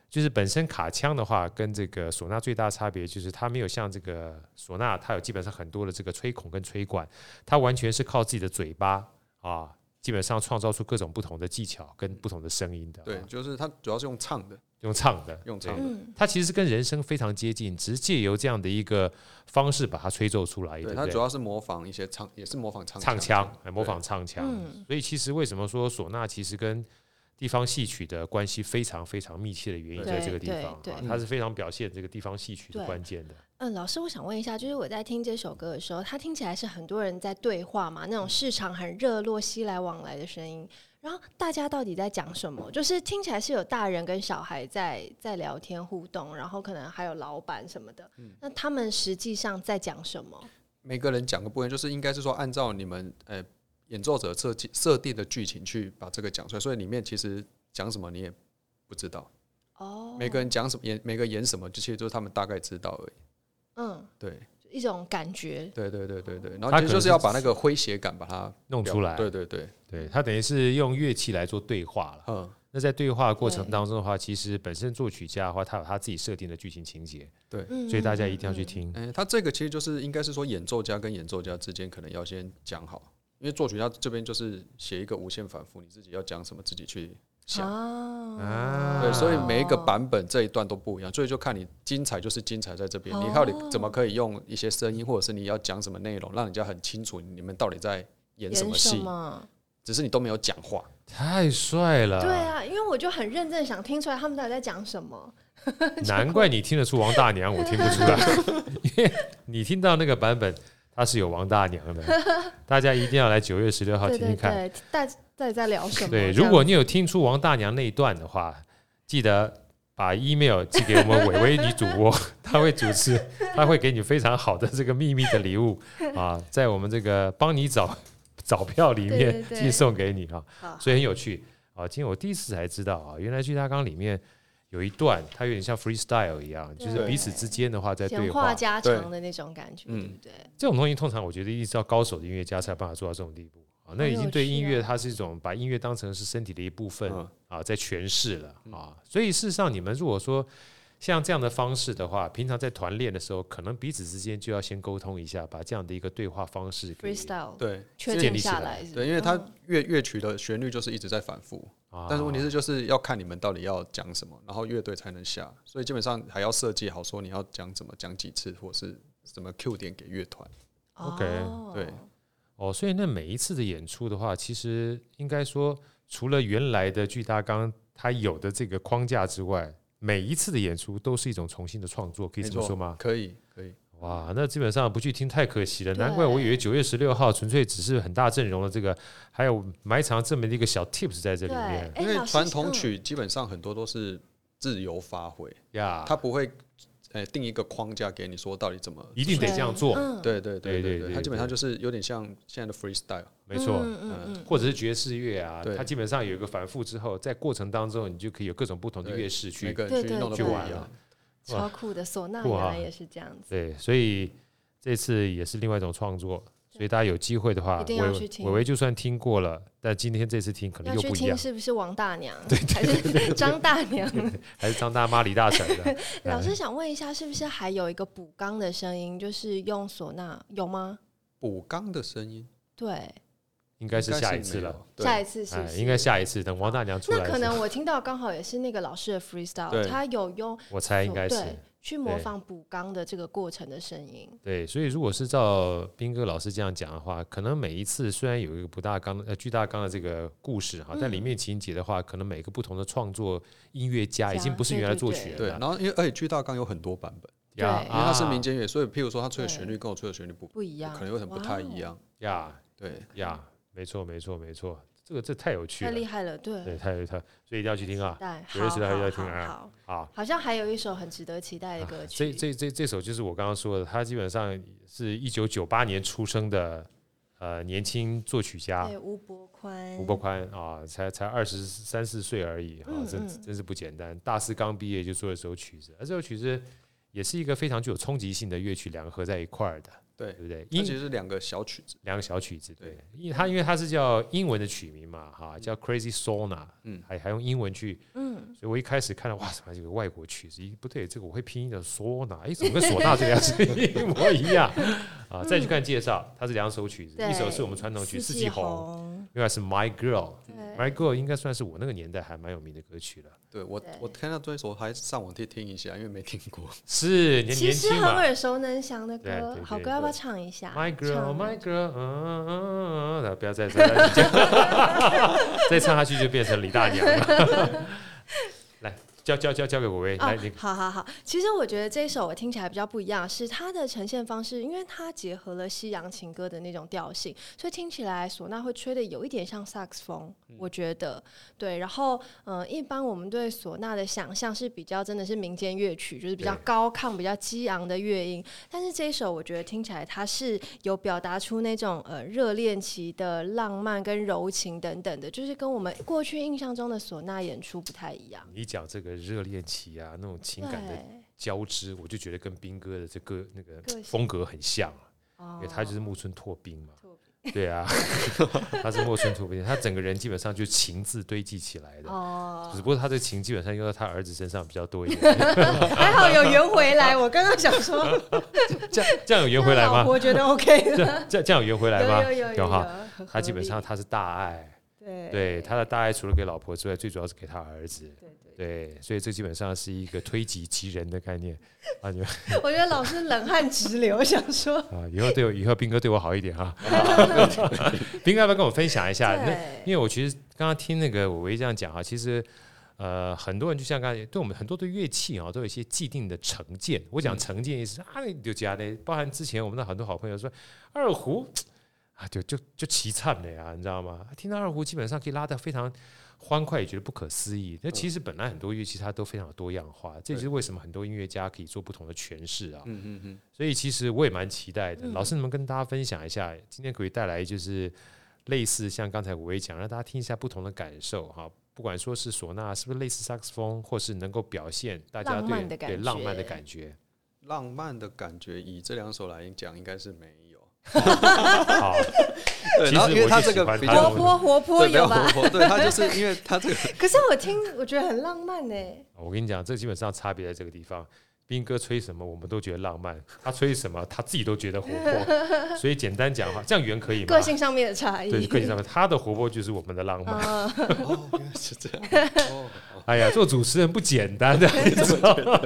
S1: 就是本身卡腔的话，跟这个唢呐最大差别就是它没有像这个唢呐，它有基本上很多的这个吹孔跟吹管，它完全是靠自己的嘴巴啊，基本上创造出各种不同的技巧跟不同的声音的、
S3: 对，，就是他主要是用唱的，
S1: 用唱的，
S3: 用唱
S1: 对
S3: 的，
S2: 嗯，
S1: 它其实跟人声非常接近，只是借由这样的一个方式把它吹奏出来，对
S3: 对，
S1: 不
S3: 他
S1: 对
S3: 主？要是模仿一些唱，也是模仿唱
S1: 唱
S3: 腔
S1: 腔，，来模仿唱腔。
S2: 嗯
S1: 所以其实为什么说唢呐其实跟地方戏曲的关系非常非常密切的原因，
S2: 对
S1: 在这个地方
S2: 对
S1: 啊，
S2: 对
S1: 它是非常表现这个地方戏曲的
S2: 对
S1: 关键的。
S2: 嗯，老师，我想问一下，就是我在听这首歌的时候，它听起来是很多人在对话嘛，那
S3: 嗯
S2: 种市场很热络、熙来往来的声音。然后大家到底在讲什么？就是听起来是有大人跟小孩在在聊天互动，然后可能还有老板什么的。
S3: 嗯
S2: 那他们实际上在讲什么？
S3: 每个人讲个不一样，就是应该是说按照你们呃演奏者设计设定的剧情去把这个讲出来，所以里面其实讲什么你也不知道，
S2: 哦，
S3: 每个人讲什么演每个演什么，其实就是他们大概知道而已。
S2: 嗯，
S3: 对
S2: 一种感觉，
S3: 对对对对对，然后
S1: 他可
S3: 其实就
S1: 能
S3: 是要把那个诙谐感把它
S1: 弄
S3: 表
S1: 出来，
S3: 对对对，
S1: 对，它等于是用乐器来做对话了。
S3: 嗯，
S1: 那在对话过程
S2: 对
S1: 当中的话，其实本身作曲家的话，他有他自己设定的剧情情节，
S3: 对。
S2: 嗯，
S1: 所以大家一定
S2: 嗯
S1: 要去。
S2: 嗯
S1: 听。
S3: 嗯，他这个其实就是应该是说演奏家跟演奏家之间可能要先讲好，因为作曲家这边就是写一个无限反复，你自己要讲什么自己去想。
S2: 啊
S1: 啊
S3: 对，所以每一个版本这一段都不一样，所以就看你精彩就是精彩在这
S2: 哦
S3: 边，你到底怎么可以用一些声音，或者是你要讲什么内容，让人家很清楚你们到底在演什
S2: 哦演
S3: 么
S2: 什
S3: 戏，啊
S2: 么？
S3: 只是你都没有讲话。
S1: 太帅了，
S2: 对啊，因为我就很认真地想听出来他们到底在讲什么。
S1: 难怪你听得出王大娘，我听不出来，因为你听到那个版本，它是有王大娘的。大家一定要来九月十六号
S2: 对
S1: 听
S2: 对
S1: 听看。
S2: 对，大家到底在聊什么？
S1: 对，
S2: 这样
S1: 如果你有听出王大娘那一段的话，记得把 email 寄给我们伟伟女主播， 她会主持，她会给你非常好的这个秘密的礼 物啊，在我们这个帮你找找票里
S2: 对对
S1: 面
S2: 对
S1: 寄送给你啊，
S2: 好
S1: 所以很有趣啊。今天我第一次才知道啊，原来剧大纲里面有一段，它有点像 freestyle 一样，就是
S2: 对
S1: 彼此之间的话在对
S2: 闲
S1: 话
S2: 话，家常的那种感觉，
S3: 对嗯
S2: 对不对？
S1: 这种东西通常我觉得一直要高手的音乐家才有办法做到这种地步啊。那已经对音
S2: 很有
S1: 乐，
S2: 趣啊
S1: 它是一种把音乐当成是身体的一部分
S3: 嗯
S1: 啊，在诠释了啊。所以事实上，你们如果说像这样的方式的话，平常在团练的时候，可能彼此之间就要先沟通一下，把这样的一个对话方式给
S2: freestyle
S3: 对
S2: 确
S1: 建
S2: 定
S1: 立起
S2: 下
S1: 来
S2: 是不是
S3: 对，因为它
S2: 嗯
S3: 乐乐曲的旋律就是一直在反复，
S1: 啊
S3: 但是问题是就是要看你们到底要讲什么，然后乐队才能下，所以基本上还要设计好说你要讲怎么讲几次，或是怎么 Q 点给乐团。
S1: OK，
S2: 哦
S3: 对
S1: 哦，所以那每一次的演出的话，其实应该说，除了原来的剧大纲它有的这个框架之外，每一次的演出都是一种重新的创作，可以
S3: 没
S1: 这么
S3: 错
S1: 说吗？
S3: 可以，可以。
S1: 哇，那基本上不去听太可惜了，
S2: 对
S1: 难怪我以为九月十六号纯粹只是很大阵容的这个，还有埋藏这么一个小 tips 在这
S2: 对，
S1: 里面
S2: 哎
S3: 因为
S2: 老师
S3: 传统
S2: 嗯
S3: 曲基本上很多都是自由发挥，
S1: 呀，
S3: 它不会呃定一个框架给你说到底怎么。
S1: 一定得这样做，
S2: 嗯
S3: 对对
S1: 对
S3: 对对
S1: 对
S3: 对，
S1: 对
S3: 它基本上就是有点像现在的 freestyle。
S1: 没错。
S2: 嗯嗯嗯
S1: 或者是爵士乐啊，
S3: 对
S1: 它基本上有一个反复之后，在过程当中你就可以有各种不同的
S3: 对
S1: 乐式去
S3: 每个
S2: 对
S3: 人去
S2: 对
S3: 弄的
S2: 对
S3: 不
S1: 哇
S3: 一样。
S2: 超酷的唢呐
S1: 酷
S2: 原
S1: 啊
S2: 来也是这样子，
S1: 对，所以这次也是另外一种创作，所以大家有机会的话，
S2: 一定要
S1: 伟
S2: 去听
S1: 伟伟就算听过了，但今天这次听可能
S2: 要
S1: 又
S2: 去
S1: 不一
S2: 听
S1: 样，
S2: 是不是王大娘，还是张大娘？
S1: 还是张大妈、李大婶 的。
S2: 老
S1: 哎
S2: 师想问一下，是不是还有一个补钢的声音，就是用唢呐有吗？
S3: 补钢的声音
S2: 对，
S1: 应该是下一次了，，
S2: 下
S3: 应该
S2: 一次是
S1: 哎
S2: 不，是？
S1: 应该下一次等王大娘出来
S2: 那
S1: 的时候，
S2: 可能我听到刚好也是那个老师的 freestyle，
S3: 对
S2: 他有用
S1: 我猜应该是
S2: 对去模
S1: 对
S2: 仿补钢的这个过程的声音，
S1: 对，所以如果是照斌哥老师这样讲的话，可能每一次虽然有一个不大纲呃巨大纲的这个故事哈，但里
S2: 嗯
S1: 面情节的话，可能每个不同的创作音乐家已经
S2: 家
S1: 不是
S2: 对
S1: 原来
S2: 对
S1: 作
S2: 对
S1: 曲
S3: 是没
S1: 人
S3: 有对，
S1: 了
S3: 然，后因为而且巨大纲有很多版本，
S2: 对
S1: 呀
S3: 因为它是
S1: 啊
S3: 民间乐，所以譬如说他吹的
S2: 对
S3: 旋律跟我吹的旋律不
S2: 不一样，
S3: 可能有点不太一
S2: 哇
S3: 样
S2: 哦，。
S1: 呀
S3: 对，
S1: 呀，没错没错没错，这个这太有趣
S2: 太厉
S1: 了，
S2: 害了，对，
S1: 对，太有太，所以一定要去听啊！
S2: 对，
S1: 有认识的还是要听啊
S2: 好好好
S1: 好，啊
S2: 好像还有一首很值得期待的歌曲，
S1: 这这这这首就是我刚刚说的，他基本上是一九九八年出生的呃年轻作曲家，
S2: 对吴伯宽，
S1: 吴伯宽啊，才才二十三四岁而已啊
S2: 嗯，
S1: 真
S2: 嗯
S1: 真是不简单。大四刚毕业就做了这首曲子，而这首曲子也是一个非常具有冲击性的乐曲，两个合在一块儿的，
S3: 对
S1: 对不对？
S3: 它其
S1: 英
S3: 实是两个小曲子，
S1: 两个小曲子，对
S3: 对，
S1: 因它因为它是叫英文的曲名嘛，哈、叫 Crazy Sauna，
S3: 嗯
S1: 还还用英文去，
S2: 嗯，
S1: 所以我一开始看到哇，什么这个外国曲子，咦，不对，这个我会拼音的 Sauna，哎，怎么跟唢呐这个样子一模一样啊？再去看介绍，它是两首曲子，
S2: 对
S1: 一首是我们传统曲《四季红》，
S2: 红，
S1: 另外是 My Girl。
S2: 对，
S1: My Girl 应该算是我那个年代还蛮有名的歌曲了，
S3: 对我
S2: 对
S3: 我看到这首还上网去听一下，因为没听过。
S1: 是年
S2: 其
S1: 年
S2: 实
S1: 轻
S2: 很
S1: 嘛。
S2: 耳熟能详的
S1: 对对
S2: 歌
S1: 对，
S2: 好歌要不要唱一下
S1: My Girl,
S2: 唱
S1: My Girl，嗯嗯嗯嗯嗯，不要再再再讲，再唱下去就变成李大娘了。来，交交交交给我喂，来
S2: 哦
S1: 你，
S2: 好好好。其实我觉得这一首我听起来比较不一样，是它的呈现方式，因为它结合了西洋情歌的那种调性，所以听起来唢呐会吹的有一点像萨克斯风，
S1: 嗯
S2: 我觉得对。然后，嗯、一般我们对唢呐的想象是比较真的是民间乐曲，就是比较
S1: 对
S2: 高亢、比较激昂的乐音。但是这一首我觉得听起来它是有表达出那种呃热恋期的浪漫跟柔情等等的，就是跟我们过去印象中的唢呐演出不太一样。
S1: 你讲这个热恋期啊，那种情感的
S2: 对。
S1: 交织，我就觉得跟斌哥的这个那个
S2: 个性
S1: 风格很像啊，
S2: 哦
S1: 因为他就是木村拓兵嘛
S2: 拓。
S1: 对啊，他是木村拓兵，他整个人基本上就是情字堆积起来的。
S2: 哦，
S1: 只不过他的情基本上用到他儿子身上比较多一点。
S2: 还好有圆回来。我刚刚想说，
S1: 这样这样 有圆回来
S2: 老
S1: 吗？
S2: 婆觉得 OK
S1: 这
S2: 的，
S1: 样这样这样有圆回来吗？
S2: 有有有
S1: 有
S2: 有
S1: 哈
S2: 有很
S1: 他基本上
S2: 合
S1: 他是大爱，
S2: 理对
S1: 对他的大爱除了给老婆之外，最主要是给他儿子。
S2: 对对
S1: 对，所以这基本上是一个推己及人的概念 啊！你们
S2: 对，我觉得老师冷汗直流，想说
S1: 啊，以后对我以后斌哥对我好一点 哈。 斌哥要不要跟我分享一下？那
S2: 对
S1: 因为我其实刚刚听那个伟伟这样讲哈，啊其实呃，很多人就像刚才对我们很多对乐器啊，都有一些既定的成见。我讲成见意思是啊，你就加的，包含之前我们的很多好朋友说二胡啊，就就就凄惨了呀，你知道吗？啊听到二胡基本上可以拉得非常。欢快也觉得不可思议。那其实本来很多乐器它都非常有多样化，这就是为什么很多音乐家可以做不同的诠释啊。
S3: 嗯嗯嗯，
S1: 所以其实我也蛮期待
S2: 嗯
S1: 的。老师，能不能跟大家分享一下，今天可以带来就是类似像刚才我也讲，让大家听一下不同的感受哈。不管说是唢呐，是不是类似萨克斯风，或是能够表现大家
S2: 浪
S1: 对
S2: 漫的感
S1: 对浪漫的
S2: 觉
S1: 感觉，
S3: 浪漫的感觉以这两首来讲应该是没有，
S1: 好，
S3: 对，
S1: 其
S3: 然后
S1: 实
S3: 因为
S1: 我
S3: 他
S1: 就
S3: 这
S1: 喜
S3: 个
S1: 欢
S3: 比
S1: 他
S3: 较
S1: 这
S2: 活
S1: 种
S2: 泼活泼
S3: 对，比
S2: 有
S3: 较
S2: 吧？
S3: 活泼，对他就是因为 他这个
S2: 可是我听，我觉得很浪漫呢、
S1: 我跟你讲，这基本上差别在这个地方。斌哥吹什么，我们都觉得浪漫；他吹什么，他自己都觉得活 泼。所以简单讲哈，这样圆可以吗？
S2: 个性上面的差异。
S1: 对个性上面，他的活泼就是我们的浪漫。
S2: 啊，
S3: 哦，原来是这样，哦，好
S1: 哎呀，做主持人不简单 的，你知道吗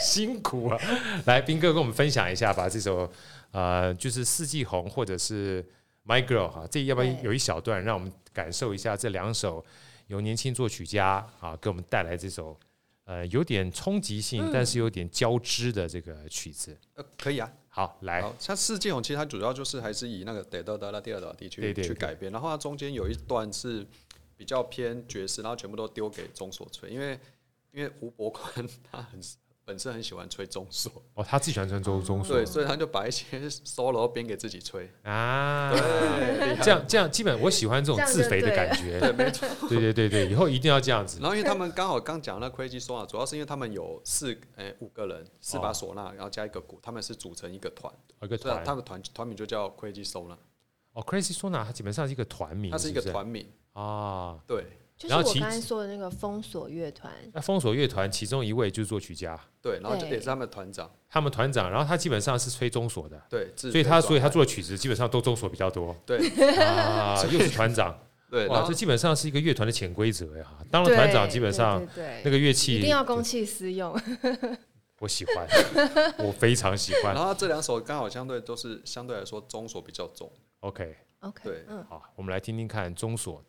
S1: 辛苦啊！来，斌哥跟我们分享一下吧，这首呃，就是《四季红》或者是《My Girl》哈，这要不然
S2: 对
S1: 有一小段，让我们感受一下这两首由年轻作曲家啊给我们带来这首呃有点冲击性，
S2: 嗯
S1: 但是有点交织的这个曲子。
S3: 呃可以啊，
S1: 好，来，
S3: 好，像世界红其实它主要就是还是以那个得得得啦、第二得啦地
S1: 对
S3: 区
S1: 对
S3: 去
S1: 对
S3: 改编，然后它中间有一段是比较偏爵士，然后全部都丢给中所吹，因为因为吴伯宽他很本身很喜欢吹中所，
S1: 哦，他自己喜欢穿中中
S3: 对，
S1: 所
S3: 所以他就把一些 solo 编给自己吹，
S1: 啊，
S3: 对，
S1: 这样这样，基本我喜欢这种
S2: 这样
S1: 自
S2: 就
S1: 肥的
S2: 对
S1: 感
S2: 了
S1: 觉，对，没错，对对对对，以后一定要这样子。
S3: 然后因为他们刚好刚讲那 Crazy Sona，主要是因为他们有四诶、五个人，四把唢呐，然后加一个鼓，他们是组成一个团，
S1: 哦一个
S3: 所以
S1: 团，
S3: 啊他们团团名就叫 Crazy Sona，
S1: 哦，Crazy Sona 它基本上是一个团名，
S3: 它是一个
S1: 不
S3: 团名，
S1: 啊。
S3: 对
S2: 就是
S1: 然
S2: 我
S1: 后其
S2: 刚才说的那个封锁乐团，
S1: 那封锁乐团其中一位就是作曲家，
S3: 对，然后就
S2: 对
S3: 也是他们团长，
S1: 他们团长，然后他基本上是吹中所的，
S3: 对，自
S1: 所以
S3: 费
S1: 他
S3: 转
S1: 所以他
S3: 来
S1: 做的曲子基本上都中所比较 多
S3: 对
S1: 啊，又是团长，
S3: 对，然
S1: 哇，
S3: 后
S1: 这基本上是一个乐团的潜规则呀。当了
S2: 对
S1: 团长，基本上
S2: 对对
S1: 那
S2: 对
S1: 个乐
S2: 一
S1: 器
S2: 定要公器私用。
S1: 我喜欢，我非常喜欢
S3: 然。后这两首刚好相对都是相对来说中所比较重，
S1: OK，
S2: OK，
S3: 对
S2: 嗯，
S1: 好，我们来听听看中所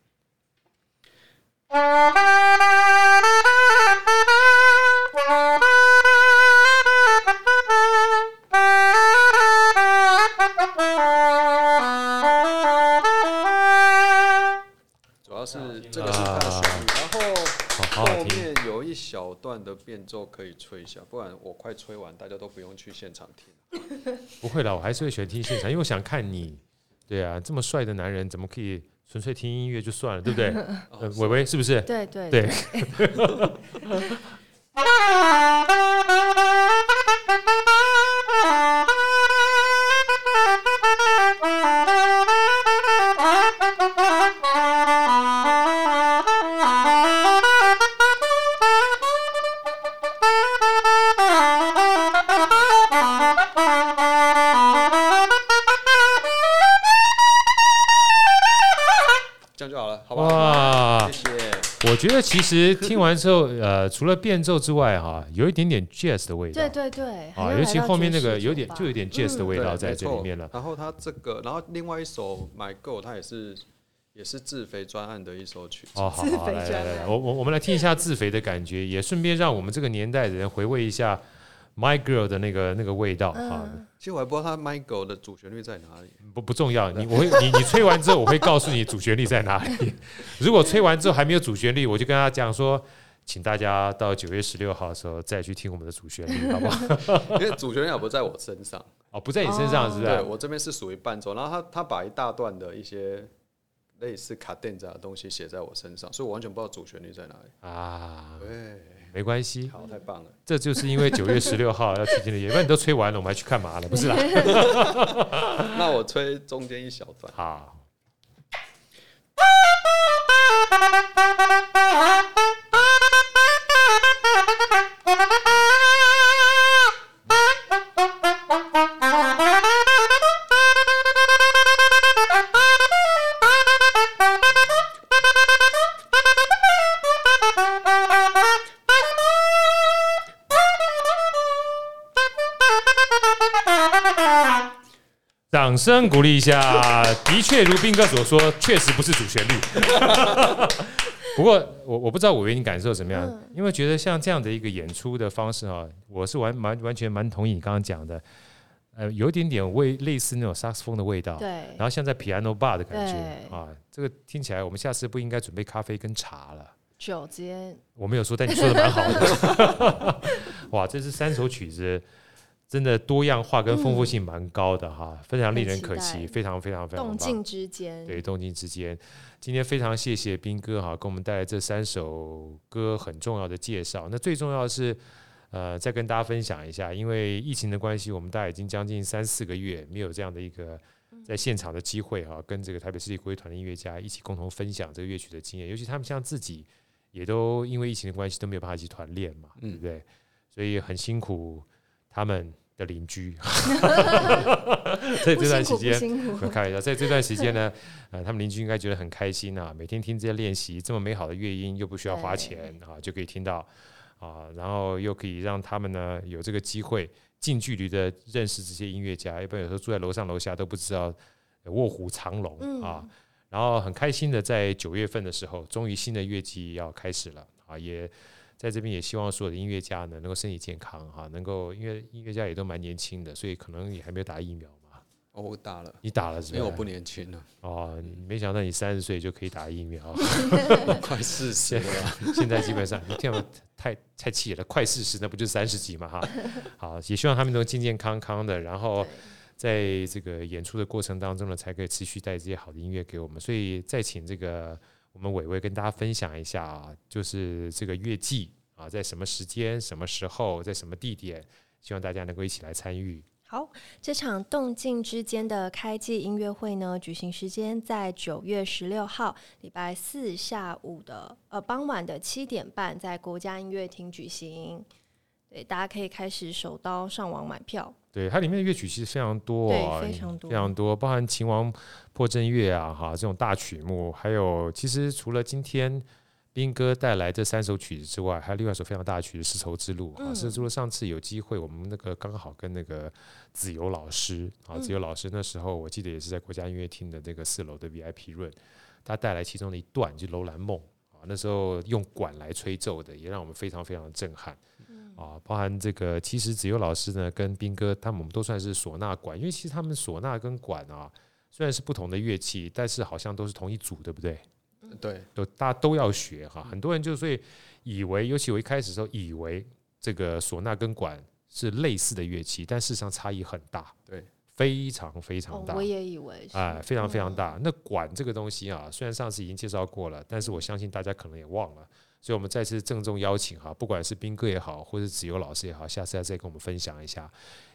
S4: Thank
S3: 主要是这个是它的旋律，然后
S1: 好啊好好
S3: 后
S1: 听
S3: 面有一小段的变奏可以吹一下，不然我快吹完，大家都不用去现场听。
S1: 不会啦，我还是会喜欢听现场，因为我想看你。对啊，这么帅的男人怎么可以纯粹听音乐就算了，对不 对？呃，伟伟是不是？
S2: 对对
S1: 对，
S4: you.
S3: 这样就好了，好吧？
S1: 哇
S3: 谢，谢。
S1: 我觉得其实听完之后，呃，除了变奏之外，哈、有一点点 jazz 的味道，
S2: 对对对，还
S1: 啊，
S2: 要
S1: 尤其
S2: 来到
S1: 后面那
S2: 爵士
S1: 个有
S2: 酒
S1: 点
S2: 吧嗯
S1: 就有点 jazz 的味道
S3: 对
S1: 在
S3: 没
S1: 这
S3: 错
S1: 里面了。
S3: 然后他这个，然后另外一首《My Go》，它也是也是自肥专案的一首曲子。
S1: 哦，好
S2: 自
S1: 好，
S2: 肥
S1: 来来
S2: 专
S1: 来来，
S2: 栏
S1: 我我我们来听一下自肥的感觉，也顺便让我们这个年代的人回味一下 My Girl 的那个那个味道啊。
S2: 嗯
S3: 其实我还不知道它《My Go》的主旋律在 哪里。
S1: 不不重要，你我会你你吹完之后，我会告诉你主旋律在哪里。如果吹完之后还没有主旋律，我就跟他讲说，请大家到九月十六号的时候再去听我们的主旋律，好不好？
S3: 因为主旋律也不在我身上，
S1: 哦，不在你身上是不是？
S3: 对我这边是属于伴奏，然后他他把一大段的一些类似卡顿这样的东西写在我身上，所以我完全不知道主旋律在哪里。
S1: 啊，
S3: 对，
S1: 没关系，
S3: 好，太棒了，
S1: 这就是因为九月十六号要去听的演，不然你都吹完了，我们还去干嘛了？不是啦，
S3: 那我吹中间一小段。
S1: 好，
S4: Thank you.
S1: 掌声鼓励一下。的确，如斌哥所说，确实不是主旋律。 不过，我我不知道伟伟你感受怎么样，
S2: 嗯
S1: 因为觉得像这样的一个演出的方式啊，我是完完完全蛮同意你刚刚讲的，呃，有一点点味类似那种萨克斯风的味道，
S2: 对
S1: 然，后像在 piano bar 的感觉
S2: 对
S1: 啊，这个听起来我们下次不应该准备咖啡跟茶了。
S2: 酒直接
S1: 我没有说，但你说的蛮好的。 哇，这是三首曲子，真的多样化跟丰富性蛮高的哈，非常令人可
S2: 嗯很
S1: 惜，
S2: 期待
S1: 非常非常非常棒。
S2: 动静之间，
S1: 对，动静之间，今天非常谢谢斌哥哈，给我们带来这三首歌很重要的介绍。那最重要的是，呃，再跟大家分享一下，因为疫情的关系，我们大概已经将近三四个月没有这样的一个
S2: 嗯
S1: 在现场的机会哈、跟这个台北市立国乐团的音乐家一起共同分享这个乐曲的经验。尤其他们像自己也都因为疫情的关系都没有办法一起团练嘛，对不对？所以很辛苦他们的邻 居，在
S2: 不
S1: 这
S2: 辛
S1: 段
S2: 苦
S1: 时
S2: 不
S1: 间。
S2: 辛
S1: 没
S2: 苦
S1: 有，开玩笑，在这段时间呢，呃，他们邻居应该觉得很开心啊，每天听这些练习，这么美好的乐音，又不需要花钱啊，就可以听到啊，然后又可以让他们呢有这个机会近距离的认识这些音乐家，要不然有时候住在楼上楼下都不知道呃卧虎藏龙、啊。然后很开心的，在九月份的时候，终于新的乐季要开始了啊，也。在这边也希望所有的音乐家呢能够身体健康哈、能够因为音乐家也都蛮年轻的，所以可能也还没有打疫苗嘛。
S3: 哦，我打了，
S1: 你打了是
S3: 因
S1: 吧？
S3: 为我不年轻啊 了，
S1: 哦，你没想到你三十岁就可以打疫苗，啊
S3: 快四十了，
S1: 现在基本上你听我太太气了，快四十那不就三十几嘛哈。好，也希望他们都健健康康的，然后在这个演出的过程当中呢，才可以持续带这些好的音乐给我们。所以再请这个我们伟伟跟大家分享一下啊，就是这个乐季啊，在什么时间、什么时候、在什么地点，希望大家能够一起来参与。
S2: 好，这场动静之间的开季音乐会呢，举行时间在九月十六号礼拜四下午的呃傍晚的七点半，在国家音乐厅举行。对，大家可以开始手刀上网买票。
S1: 对，它里面的乐曲其实非常多、哦，
S2: 对非常多
S1: 非常多，包含秦王破阵乐啊，哈，这种大曲目，还有其实除了今天斌哥带来这三首曲子之外，还有另外一首非常大的曲子《丝绸之路》啊，
S2: 嗯
S1: 丝绸之路》上次有机会，我们那个刚好跟那个子由老师
S2: 嗯
S1: 啊，子由老师那时候我记得也是在国家音乐厅的这个四楼的 VIP 润，他带来其中的一段就《楼兰梦》啊，那时候用管来吹奏的，也让我们非常非常震撼。
S2: 嗯
S1: 啊，包含这个，其实子悠老师呢跟斌哥他们，我们都算是唢呐管，因为其实他们唢呐跟管啊，虽然是不同的乐器，但是好像都是同一组，对不对？
S3: 对，
S1: 都大家都要学哈，很多人就所以以为，尤其我一开始的时候以为这个唢呐跟管是类似的乐器，但事实上差异很大，
S3: 对，
S1: 非常非常
S2: 哦
S1: 大，。
S2: 我也以为是。
S1: 哎，非常非常大。那管这个东西啊，虽然上次已经介绍过了，但是我相信大家可能也忘了，所以我们再次郑重邀请哈、不管是斌哥也好，或是子由老师也好，下次再跟我们分享一下。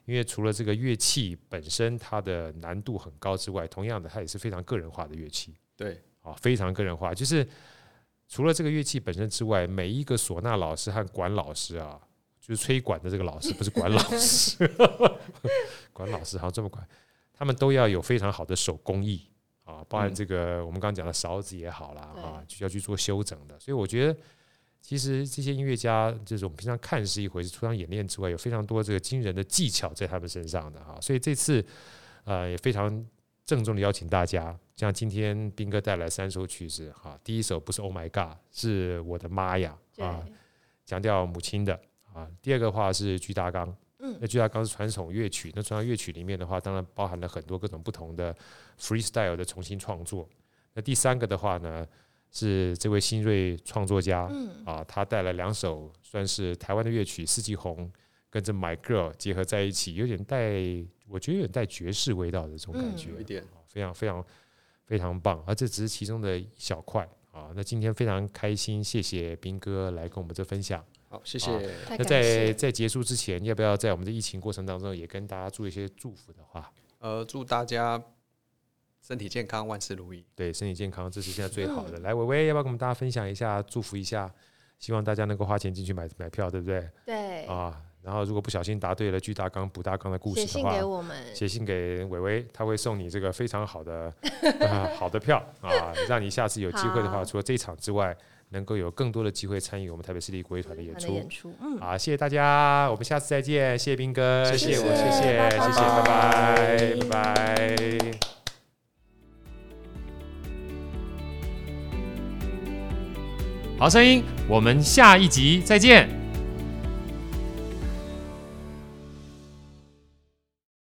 S1: 因为除了这个乐器本身它的难度很高之外，同样的它也是非常个人化的乐器
S3: 对，
S1: 啊，非常个人化。就是除了这个乐器本身之外，每一个唢呐老师和管老师啊，就是吹管的这个老师，不是管老师， 管老师好像这么管，他们都要有非常好的手工艺啊，包含
S3: 嗯
S1: 这个我们刚刚讲的勺子也好啦
S2: 对
S1: 啊，就要去做修整的。所以我觉得，其实这些音乐家，就是我们平常看是一回事，除了演练之外，有非常多这个惊人的技巧在他们身上的哈、所以这次，呃，也非常郑重的邀请大家，像今天斌哥带来三首曲子哈、第一首不是 Oh My God，是我的妈呀
S2: 对，
S1: 啊，强调母亲的啊。第二个话是巨大纲，
S2: 嗯
S1: 那巨大纲是传统乐曲，那传统乐曲里面的话，当然包含了很多各种不同的 freestyle 的重新创作。那第三个的话呢，是这位新锐创作家，
S2: 嗯
S1: 啊，他带来两首算是台湾的乐曲《四季红》跟着《My Girl》结合在一起，有点带，我觉得有点带爵士味道的这种感
S2: 嗯
S1: 觉，
S3: 有一点，
S1: 啊非常非常非常棒。啊而这只是其中的一小块啊。那今天非常开心，谢谢斌哥来跟我们这分享。
S3: 好，谢谢，
S1: 那
S2: 太感
S1: 在
S2: 谢。
S1: 在结束之前，要不要在我们的疫情过程当中也跟大家做一些祝福的话？
S3: 呃，祝大家身体健康，万事如意。
S1: 对，身体健康，这是现在最好的。
S2: 嗯
S1: 来，伟伟，要不要跟我们大家分享一下，祝福一下？希望大家能够花钱进去买买票，对不对？
S2: 对，
S1: 啊，然后如果不小心答对了巨大纲、补大纲的故
S2: 写
S1: 事的
S2: 信
S1: 话
S2: 给，我们。
S1: 写信给伟伟，他会送你这个非常好 的、啊好的票啊，让你下次有机会的话，
S2: 好
S1: 除了这场之外，能够有更多的机会参与我们台北市立国乐团的演
S2: 他的
S1: 出啊
S2: 演。出，嗯，
S1: 好，谢谢大家，我们下次再见，谢谢斌哥，
S3: 谢
S1: 谢
S3: 谢
S1: 我，谢谢，
S2: 拜
S1: 谢谢，拜拜，拜拜。好声音，我们下一集再见。